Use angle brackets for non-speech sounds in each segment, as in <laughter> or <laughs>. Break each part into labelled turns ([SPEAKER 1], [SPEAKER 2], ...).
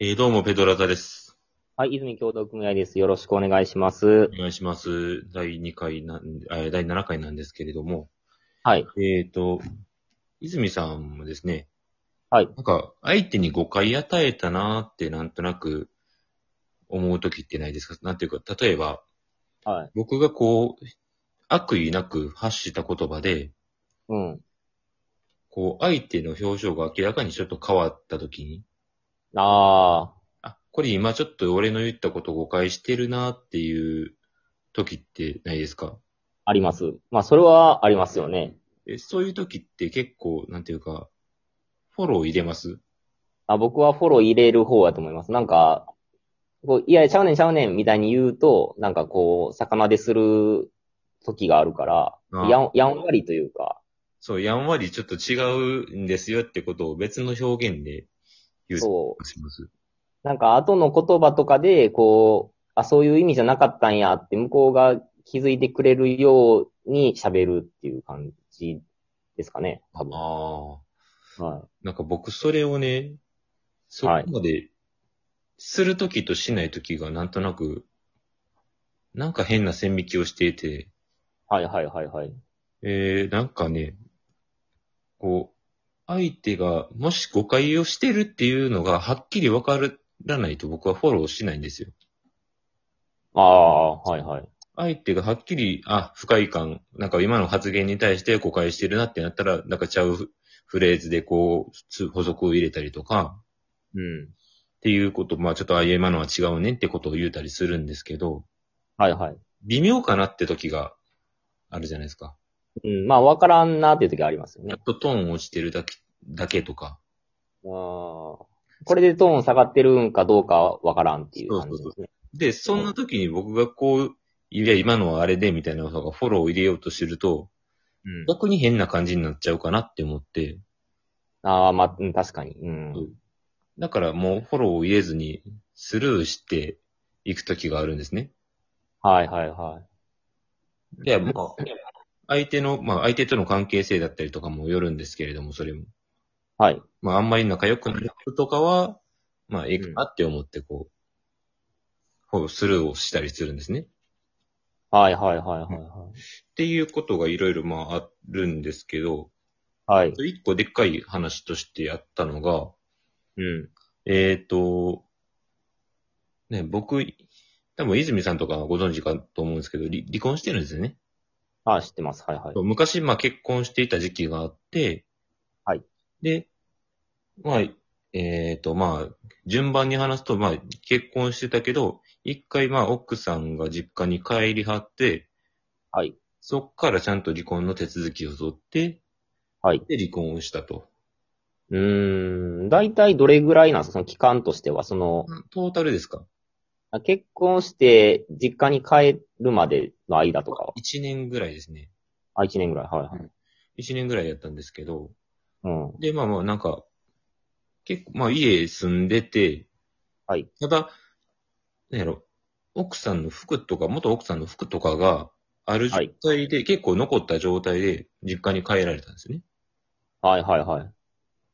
[SPEAKER 1] えーどうも、ペドラザです。
[SPEAKER 2] はい、泉共同組合です。よろしくお願いします
[SPEAKER 1] お。願いします。第2回なん、えー第7回なんですけれども、
[SPEAKER 2] はい。
[SPEAKER 1] えっ、と、泉さんもですね、
[SPEAKER 2] はい。
[SPEAKER 1] なんか、相手に誤解与えたなーってなんとなく思うときってないですかなんていうか、例えば、
[SPEAKER 2] はい。
[SPEAKER 1] 僕がこう、悪意なく発した言葉で、
[SPEAKER 2] うん。
[SPEAKER 1] こう、相手の表情が明らかにちょっと変わったときに、
[SPEAKER 2] あ
[SPEAKER 1] あ、これ今ちょっと俺の言ったこと誤解してるなーっていう時ってないですか
[SPEAKER 2] あ、あります。まあ、それはありますよね。
[SPEAKER 1] え、そういう時って結構、なんていうか、フォロー入れます
[SPEAKER 2] あ僕はフォロー入れる方だと思います。なんか、こういや、ちゃうねん、ちゃうねん、みたいに言うと、なんかこう、魚でする時があるから、
[SPEAKER 1] あ
[SPEAKER 2] やんやんわりというか、
[SPEAKER 1] そう、やんわりちょっと違うんですよってことを別の表現で言うと
[SPEAKER 2] そう。
[SPEAKER 1] します。
[SPEAKER 2] なんか後の言葉とかで、こう、あ、そういう意味じゃなかったんやって向こうが気づいてくれるように喋るっていう感じですかね、多分。
[SPEAKER 1] ああ。
[SPEAKER 2] は
[SPEAKER 1] なんか僕それをね、そこまで、する時としない時がなんとなく、なんか変な線引きをしていて、
[SPEAKER 2] い。はいはいはいはい。
[SPEAKER 1] えー、なんかね、こう、相手がもし誤解をしてるっていうのがはっきりわからないと僕はフォローしないんですよ。
[SPEAKER 2] ああ、はいはい。
[SPEAKER 1] 相手がはっきり、あ、不快感、なんか今の発言に対して誤解してるなってなったら、なんかちゃうフレーズでこうつ、補足を入れたりとか、
[SPEAKER 2] うん。
[SPEAKER 1] っていうこと、まあちょっとあいや今のは違うねってことを言うたりするんですけど、
[SPEAKER 2] はいはい。
[SPEAKER 1] 微妙かなって時があるじゃないですか。
[SPEAKER 2] うん、まあ、わからんなっていう時はありますよ
[SPEAKER 1] や
[SPEAKER 2] ね
[SPEAKER 1] っ。とトーン落ちてるだけ、だけとか。
[SPEAKER 2] あーこれでトーン下がってるんかどうかはわからんっていう感じですね。
[SPEAKER 1] で、そんな時に僕がこう、いや、今のはあれで、みたいなのがフォローを入れようとすると、
[SPEAKER 2] うん
[SPEAKER 1] 逆に変な感じになっちゃうかなって思って、
[SPEAKER 2] ああ、まあ、うん確かに。うん。
[SPEAKER 1] そうだからもうフォローを入れずにスルーしていくときがあるんですね。
[SPEAKER 2] はいはいはい。
[SPEAKER 1] いや、もう、相手の、まあ相手との関係性だったりとかもよるんですけれども、それも。
[SPEAKER 2] はい。
[SPEAKER 1] まああんまり仲良くない人とかは、まあいいかなって思ってこう、フォロースルーをしたりするんですね。
[SPEAKER 2] はいはいはいはいはい。
[SPEAKER 1] っていうことがいろいろまああるんですけど、
[SPEAKER 2] はい。
[SPEAKER 1] 一個でっかい話としてやったのが、
[SPEAKER 2] うん。
[SPEAKER 1] えっ、と、ね、僕、多分泉さんとかご存知かと思うんですけど、離離婚してるんですよね。
[SPEAKER 2] ああ、知ってます。はいはい。
[SPEAKER 1] 昔、まあ結婚していた時期があって、
[SPEAKER 2] はい。
[SPEAKER 1] で、まあ、えっ、と、まあ、順番に話すと、まあ、結婚してたけど、一回、まあ、奥さんが実家に帰りはって、
[SPEAKER 2] はい。
[SPEAKER 1] そっからちゃんと離婚の手続きを取って、
[SPEAKER 2] はい。
[SPEAKER 1] で、離婚をしたと。
[SPEAKER 2] うーん。大体どれぐらいなんですかその期間としては。その、
[SPEAKER 1] トータルですか
[SPEAKER 2] あ結婚して実家に帰るまでの間とかは。
[SPEAKER 1] 一年ぐらいですね。
[SPEAKER 2] あ、一年ぐらい。はいはい。
[SPEAKER 1] 一年ぐらいやったんですけど、
[SPEAKER 2] うん。
[SPEAKER 1] で、まあまあ、なんか、結構、まあ家住んでて、
[SPEAKER 2] はい。
[SPEAKER 1] ただ、なんやろ、奥さんの服とか、元奥さんの服とかがある状
[SPEAKER 2] はい
[SPEAKER 1] 態で、結構残った状態で実家に帰られたんですね。
[SPEAKER 2] はいはいはい。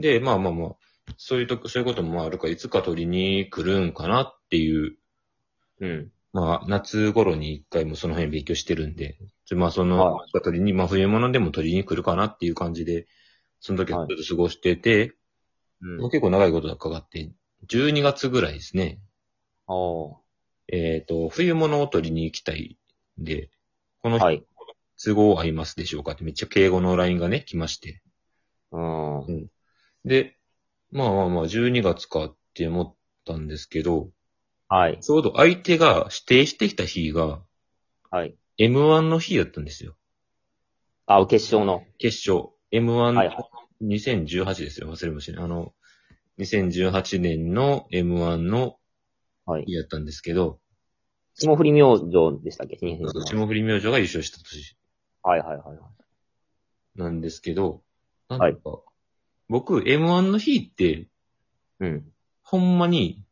[SPEAKER 1] で、まあまあまあ、そういうとこ、そういうこともあるから、いつか取りに来るんかなっていう、
[SPEAKER 2] うん。
[SPEAKER 1] まあ、夏頃に一回もその辺勉強してるんで、ちょまあその、
[SPEAKER 2] はい
[SPEAKER 1] いつか取りに、まあ冬物でも取りに来るかなっていう感じで、その時はちょっと過ごしてて、
[SPEAKER 2] う。
[SPEAKER 1] もうん結構長いことかかって、12月ぐらいですね。
[SPEAKER 2] おー
[SPEAKER 1] えっ、と、冬物を取りに行きたいんで、この
[SPEAKER 2] は
[SPEAKER 1] 日
[SPEAKER 2] い。
[SPEAKER 1] 都合合いますでしょうかってめっちゃ敬語の LINE がね、来まして。
[SPEAKER 2] うん。は
[SPEAKER 1] で、まあまあまあ、12月かって思ったんですけど、
[SPEAKER 2] い。
[SPEAKER 1] ちょうど相手が指定してきた日が、
[SPEAKER 2] はい。
[SPEAKER 1] M1 の日だったんですよ。
[SPEAKER 2] あ、決勝の。
[SPEAKER 1] 決勝。
[SPEAKER 2] はい
[SPEAKER 1] M1
[SPEAKER 2] は
[SPEAKER 1] 2018ですよ。忘れもしない。あの、2018年の M1 の
[SPEAKER 2] はい。
[SPEAKER 1] 日だったんですけど、
[SPEAKER 2] 霜降り明星でしたっけはい
[SPEAKER 1] 霜降り明星が優勝した年。
[SPEAKER 2] はいはいはい。
[SPEAKER 1] なんですけど、なんか、
[SPEAKER 2] はい
[SPEAKER 1] 僕、M1 の日って、
[SPEAKER 2] うん。
[SPEAKER 1] ほんまに、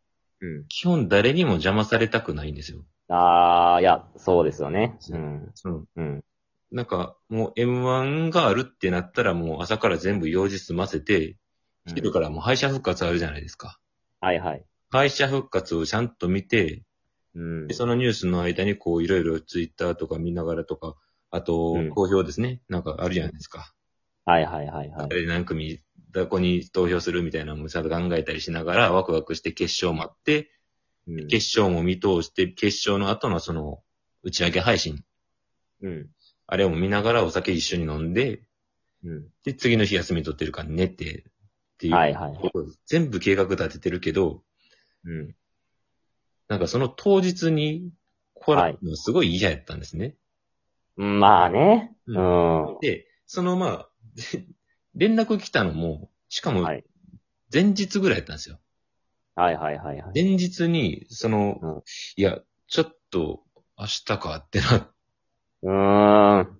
[SPEAKER 2] うん。
[SPEAKER 1] 基本誰にも邪魔されたくないんですよ。
[SPEAKER 2] あー、いや、そうですよね。うん。
[SPEAKER 1] うん。
[SPEAKER 2] うん。
[SPEAKER 1] なんか、もう M1 があるってなったら、もう朝から全部用事済ませて、昼からもう敗者復活あるじゃないですか。
[SPEAKER 2] はいはい。
[SPEAKER 1] 会社復活をちゃんと見て、
[SPEAKER 2] うん
[SPEAKER 1] で。そのニュースの間にこういろいろツイッターとか見ながらとか、あと
[SPEAKER 2] うん、
[SPEAKER 1] 投票ですね。なんかあるじゃないですか。
[SPEAKER 2] はいはいはいはい。
[SPEAKER 1] 誰何組、どこに投票するみたいなのもちゃんと考えたりしながら、ワクワクして決勝待って、
[SPEAKER 2] うん
[SPEAKER 1] 決勝も見通して、決勝の後のその、打ち上げ配信、
[SPEAKER 2] うん。
[SPEAKER 1] あれを見ながらお酒一緒に飲んで、
[SPEAKER 2] うん。
[SPEAKER 1] で、次の日休み取ってるから寝て、っていう。
[SPEAKER 2] はいはいはい
[SPEAKER 1] 全部計画立ててるけど、
[SPEAKER 2] うん。
[SPEAKER 1] なんかその当日に、こ
[SPEAKER 2] は
[SPEAKER 1] れ
[SPEAKER 2] い、
[SPEAKER 1] すごい嫌やったんですね。
[SPEAKER 2] まあね。
[SPEAKER 1] う
[SPEAKER 2] うんん。
[SPEAKER 1] で、そのまあ、 <laughs> で連絡来たのも、しかも
[SPEAKER 2] はい、
[SPEAKER 1] 前日ぐらいやったんですよ。
[SPEAKER 2] はいはいはいはい。
[SPEAKER 1] 前日に、その、
[SPEAKER 2] うん
[SPEAKER 1] いや、ちょっと、明日かってな、
[SPEAKER 2] うーん。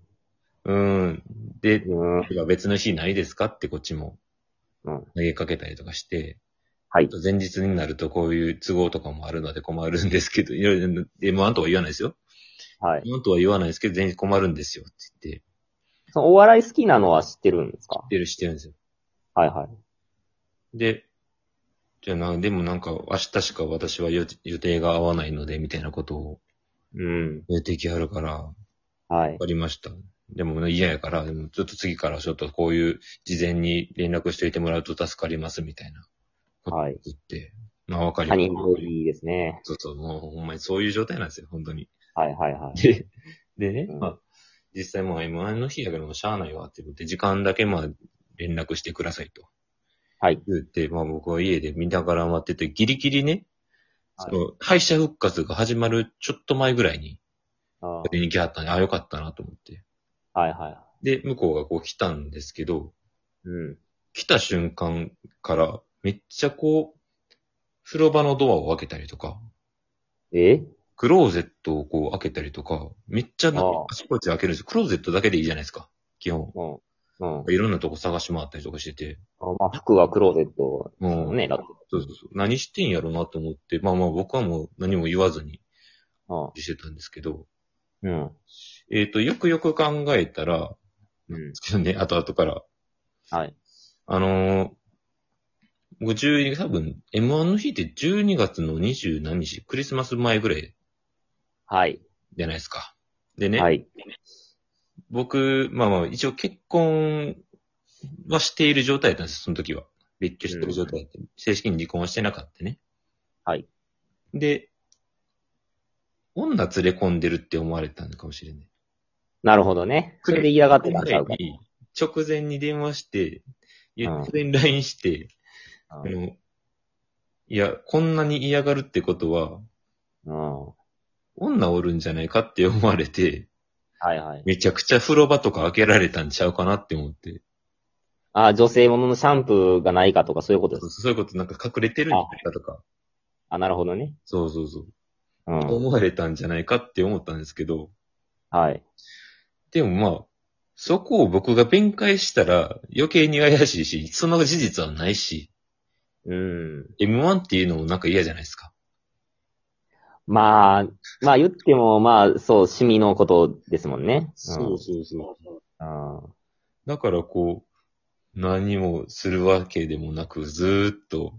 [SPEAKER 1] うーん。で、
[SPEAKER 2] うん。
[SPEAKER 1] てか別の日ないですかってこっちも、
[SPEAKER 2] うん
[SPEAKER 1] 投げかけたりとかして、
[SPEAKER 2] はい
[SPEAKER 1] あと前日になるとこういう都合とかもあるので困るんですけど、いろいろ、M1 とは言わないですよ。
[SPEAKER 2] はい。
[SPEAKER 1] M1 とは言わないですけど、全日困るんですよって言って、
[SPEAKER 2] そのお笑い好きなのは知ってるんですか
[SPEAKER 1] 出るしてるんですよ。
[SPEAKER 2] はいはい。
[SPEAKER 1] で、じゃあな、でもなんか明日しか私は予予定が合わないので、みたいなことを
[SPEAKER 2] うん。
[SPEAKER 1] 言ってきはるから、
[SPEAKER 2] はい
[SPEAKER 1] わ。かりました。でも嫌やから、でもちょっと次からちょっとこういう事前に連絡しておいてもらうと助かりますみたいなことを
[SPEAKER 2] はい
[SPEAKER 1] 言って、まあわかり
[SPEAKER 2] 他
[SPEAKER 1] ま
[SPEAKER 2] 人
[SPEAKER 1] し
[SPEAKER 2] 通りですね。
[SPEAKER 1] た。そうそう、もうほんまにそういう状態なんですよ、本当に。
[SPEAKER 2] はいはいはい。
[SPEAKER 1] で、でね、
[SPEAKER 2] うん
[SPEAKER 1] まあ、実際もう M1 の日やけどもしゃあないわって言って、時間だけまあ連絡してくださいと。
[SPEAKER 2] はい。
[SPEAKER 1] 言って、まあ僕は家で見ながら待ってて、ギリギリね、
[SPEAKER 2] はい
[SPEAKER 1] その敗者復活が始まるちょっと前ぐらいに、
[SPEAKER 2] あー
[SPEAKER 1] 取りに来はったんで、ああよかったなと思って。
[SPEAKER 2] はいは
[SPEAKER 1] で、向こうがこう来たんですけど、
[SPEAKER 2] い。うん。
[SPEAKER 1] 来た瞬間から、めっちゃこう、風呂場のドアを開けたりとか、
[SPEAKER 2] え
[SPEAKER 1] クローゼットをこう開けたりとか、めっちゃな
[SPEAKER 2] ああ
[SPEAKER 1] あそこち開けるんですよ。クローゼットだけでいいじゃないですか、基本。
[SPEAKER 2] うん。うん。
[SPEAKER 1] いろんなとこ探し回ったりとかしてて、
[SPEAKER 2] あまあ、服はクローゼットですもんね、だって。
[SPEAKER 1] そうそうそう何してんやろうなと思って、まあまあ僕はもう何も言わずにしてたんですけど、
[SPEAKER 2] うん。うん。
[SPEAKER 1] えっ、と、よくよく考えたら、
[SPEAKER 2] うん。
[SPEAKER 1] ね、後々から、
[SPEAKER 2] はい。
[SPEAKER 1] あのー、僕12、多分 M1 の日って12月の27日、クリスマス前ぐらい
[SPEAKER 2] はい。
[SPEAKER 1] じゃないですか。でね、
[SPEAKER 2] はい。
[SPEAKER 1] 僕、まあまあ、一応結婚はしている状態だったんです、その時は。別居してる状態だった正式に離婚はしてなかったね。
[SPEAKER 2] はい。
[SPEAKER 1] で、女連れ込んでるって思われたのかもしれない。
[SPEAKER 2] なるほどね。それで嫌がってたんちゃうか
[SPEAKER 1] 直前。に直前に電話して、いや
[SPEAKER 2] うん
[SPEAKER 1] 突然 LINE して、あ
[SPEAKER 2] うん
[SPEAKER 1] の、いや、こんなに嫌がるってことは、
[SPEAKER 2] うん。は
[SPEAKER 1] 女おるんじゃないかって思われて、
[SPEAKER 2] いはい。
[SPEAKER 1] めちゃくちゃ風呂場とか開けられたんちゃうかなって思って。
[SPEAKER 2] あ、女性もののシャンプーがないかとかそういうことで
[SPEAKER 1] そう
[SPEAKER 2] す。
[SPEAKER 1] そういうことなんか隠れてるんじゃないかとか、
[SPEAKER 2] あ、なるほどね。
[SPEAKER 1] そうそうそう、
[SPEAKER 2] うん。
[SPEAKER 1] 思われたんじゃないかって思ったんですけど、
[SPEAKER 2] はい。
[SPEAKER 1] でもまあ、そこを僕が弁解したら余計に怪しいし、その事実はないし、
[SPEAKER 2] うん。
[SPEAKER 1] M1 っていうのもなんか嫌じゃないですか。
[SPEAKER 2] まあ、まあ言っても、まあ、そう、趣味のことですもんね。
[SPEAKER 1] そうそうそう。
[SPEAKER 2] うん。うん
[SPEAKER 1] だからこう、何もするわけでもなく、ずーっと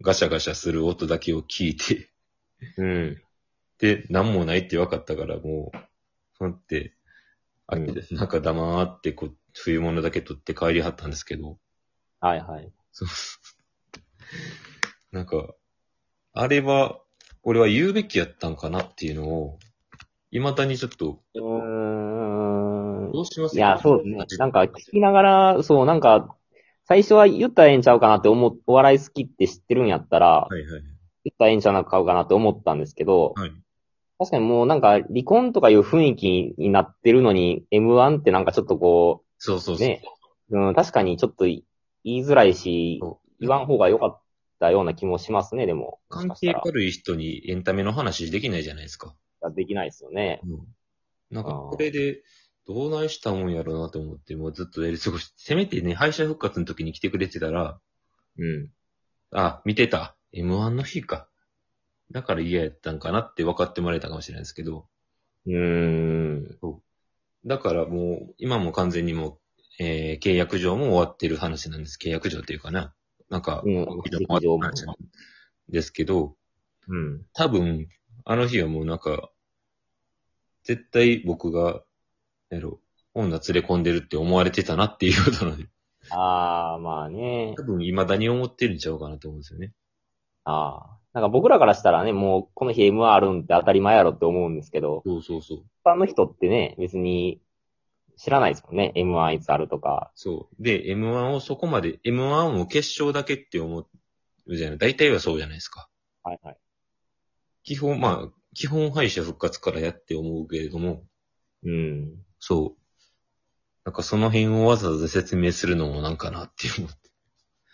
[SPEAKER 1] ガシャガシャする音だけを聞いて、 <laughs>
[SPEAKER 2] うん。
[SPEAKER 1] で、何もないって分かったから、もう、ふんって、あ
[SPEAKER 2] うん
[SPEAKER 1] なんか黙ってこう、冬物だけ取って帰りはったんですけど、
[SPEAKER 2] はいはい。
[SPEAKER 1] そうなんか、あれは、俺は言うべきやったんかなっていうのを、未だにちょっと、
[SPEAKER 2] うーん。
[SPEAKER 1] どうします
[SPEAKER 2] いや、そうですね。なんか聞きながら、そう、なんか、最初は言ったらええんちゃうかなって思う、お笑い好きって知ってるんやった
[SPEAKER 1] は
[SPEAKER 2] ら、
[SPEAKER 1] いはい。
[SPEAKER 2] 言ったらええんちゃうかなって思ったんですけど、
[SPEAKER 1] はい。
[SPEAKER 2] 確かにもうなんか離婚とかいう雰囲気になってるのに、M1 ってなんかちょっとこ
[SPEAKER 1] そうそうそう。
[SPEAKER 2] ねう、うん、確かにちょっと言いづらいし、
[SPEAKER 1] そう
[SPEAKER 2] 言わん方が良かったような気もしますね、でも。もし
[SPEAKER 1] 関
[SPEAKER 2] かし
[SPEAKER 1] 係
[SPEAKER 2] たら
[SPEAKER 1] 軽い人にエンタメの話できないじゃないですか。
[SPEAKER 2] できないですよね。
[SPEAKER 1] うん。なんか、
[SPEAKER 2] あー
[SPEAKER 1] これで、どうないしたもんやろうなと思って、もうずっとやり過ごして、せめてね、敗者復活の時に来てくれてたら、
[SPEAKER 2] うん。
[SPEAKER 1] あ、見てた。M1 の日か。だから嫌やったんかなって分かってもらえたかもしれないですけど、
[SPEAKER 2] うーん。
[SPEAKER 1] だからもう、今も完全にもう、えー、契約上も終わってる話なんです。契約上っていうかな。なんか、
[SPEAKER 2] うん
[SPEAKER 1] もう終わった話ですけど、
[SPEAKER 2] うん。
[SPEAKER 1] 多分、あの日はもうなんか、絶対僕が、やろ、女連れ込んでるって思われてたなっていうことなので、
[SPEAKER 2] ああ、まあね
[SPEAKER 1] 多。分未だに思ってるんちゃうかなと思うんですよね。
[SPEAKER 2] ああ。なんか僕らからしたらね、もうこの日 M あるんって当たり前やろって思うんですけど、
[SPEAKER 1] そうそうそう。
[SPEAKER 2] 一般の人ってね、別に知らないですもんね。M1 いつあるとか。
[SPEAKER 1] そう。で、M1 をそこまで、M1 を決勝だけって思うじゃない。大体はそうじゃないですか。
[SPEAKER 2] はいはい。
[SPEAKER 1] 基本、まあ、基本敗者復活からやって思うけれども、
[SPEAKER 2] うん。
[SPEAKER 1] そう。なんかその辺をわざわざ説明するのもなんかなって思って。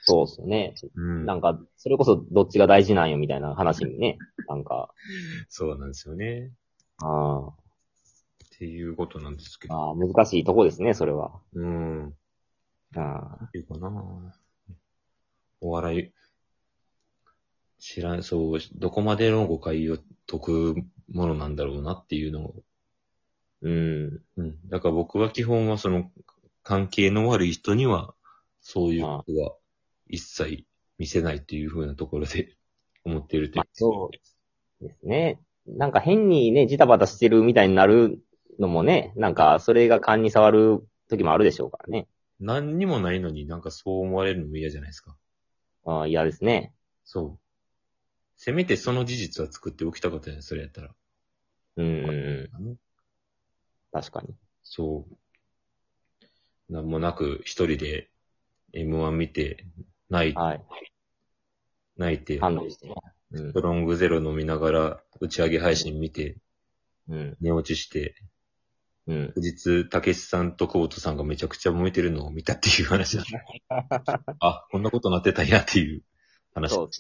[SPEAKER 2] そうっすよね。
[SPEAKER 1] うん
[SPEAKER 2] なんか、それこそどっちが大事なんよみたいな話にね、なんか、
[SPEAKER 1] そうなんですよね。
[SPEAKER 2] あ
[SPEAKER 1] っていうことなんですけ
[SPEAKER 2] ー
[SPEAKER 1] ど。
[SPEAKER 2] あー、難しいとこですね、それは。
[SPEAKER 1] うん。っ
[SPEAKER 2] あー
[SPEAKER 1] ていうかなお笑い、知らん、そう、どこまでの誤解を解くものなんだろうなっていうのを
[SPEAKER 2] うん。
[SPEAKER 1] うん。だから僕は基本はその、関係の悪い人には、そういうことは一切見せないというふうなところで <laughs> 思っているという
[SPEAKER 2] まあ、。そうですね。なんか変にね、ジタバタしてるみたいになるのもね、なんか、それが勘に触る時もあるでしょうからね。
[SPEAKER 1] 何にもないのになんかそう思われるのも嫌じゃないですか。
[SPEAKER 2] あー嫌ですね。
[SPEAKER 1] そう。せめてその事実は作っておきたかったじゃないそれやったら。
[SPEAKER 2] うんうんうん。確かに。
[SPEAKER 1] そう。なんもなく一人で M1 見て、泣い
[SPEAKER 2] はい。
[SPEAKER 1] 泣いて、
[SPEAKER 2] 感動してね。うん
[SPEAKER 1] ストロングゼロ飲みながら打ち上げ配信見て、
[SPEAKER 2] うん。
[SPEAKER 1] 寝落ちして、
[SPEAKER 2] うん。
[SPEAKER 1] 翌日、たけしさんと久保田さんがめちゃくちゃ燃えてるのを見たっていう話だ。あ、こんなことなってたんやっていう話。
[SPEAKER 2] そうですね。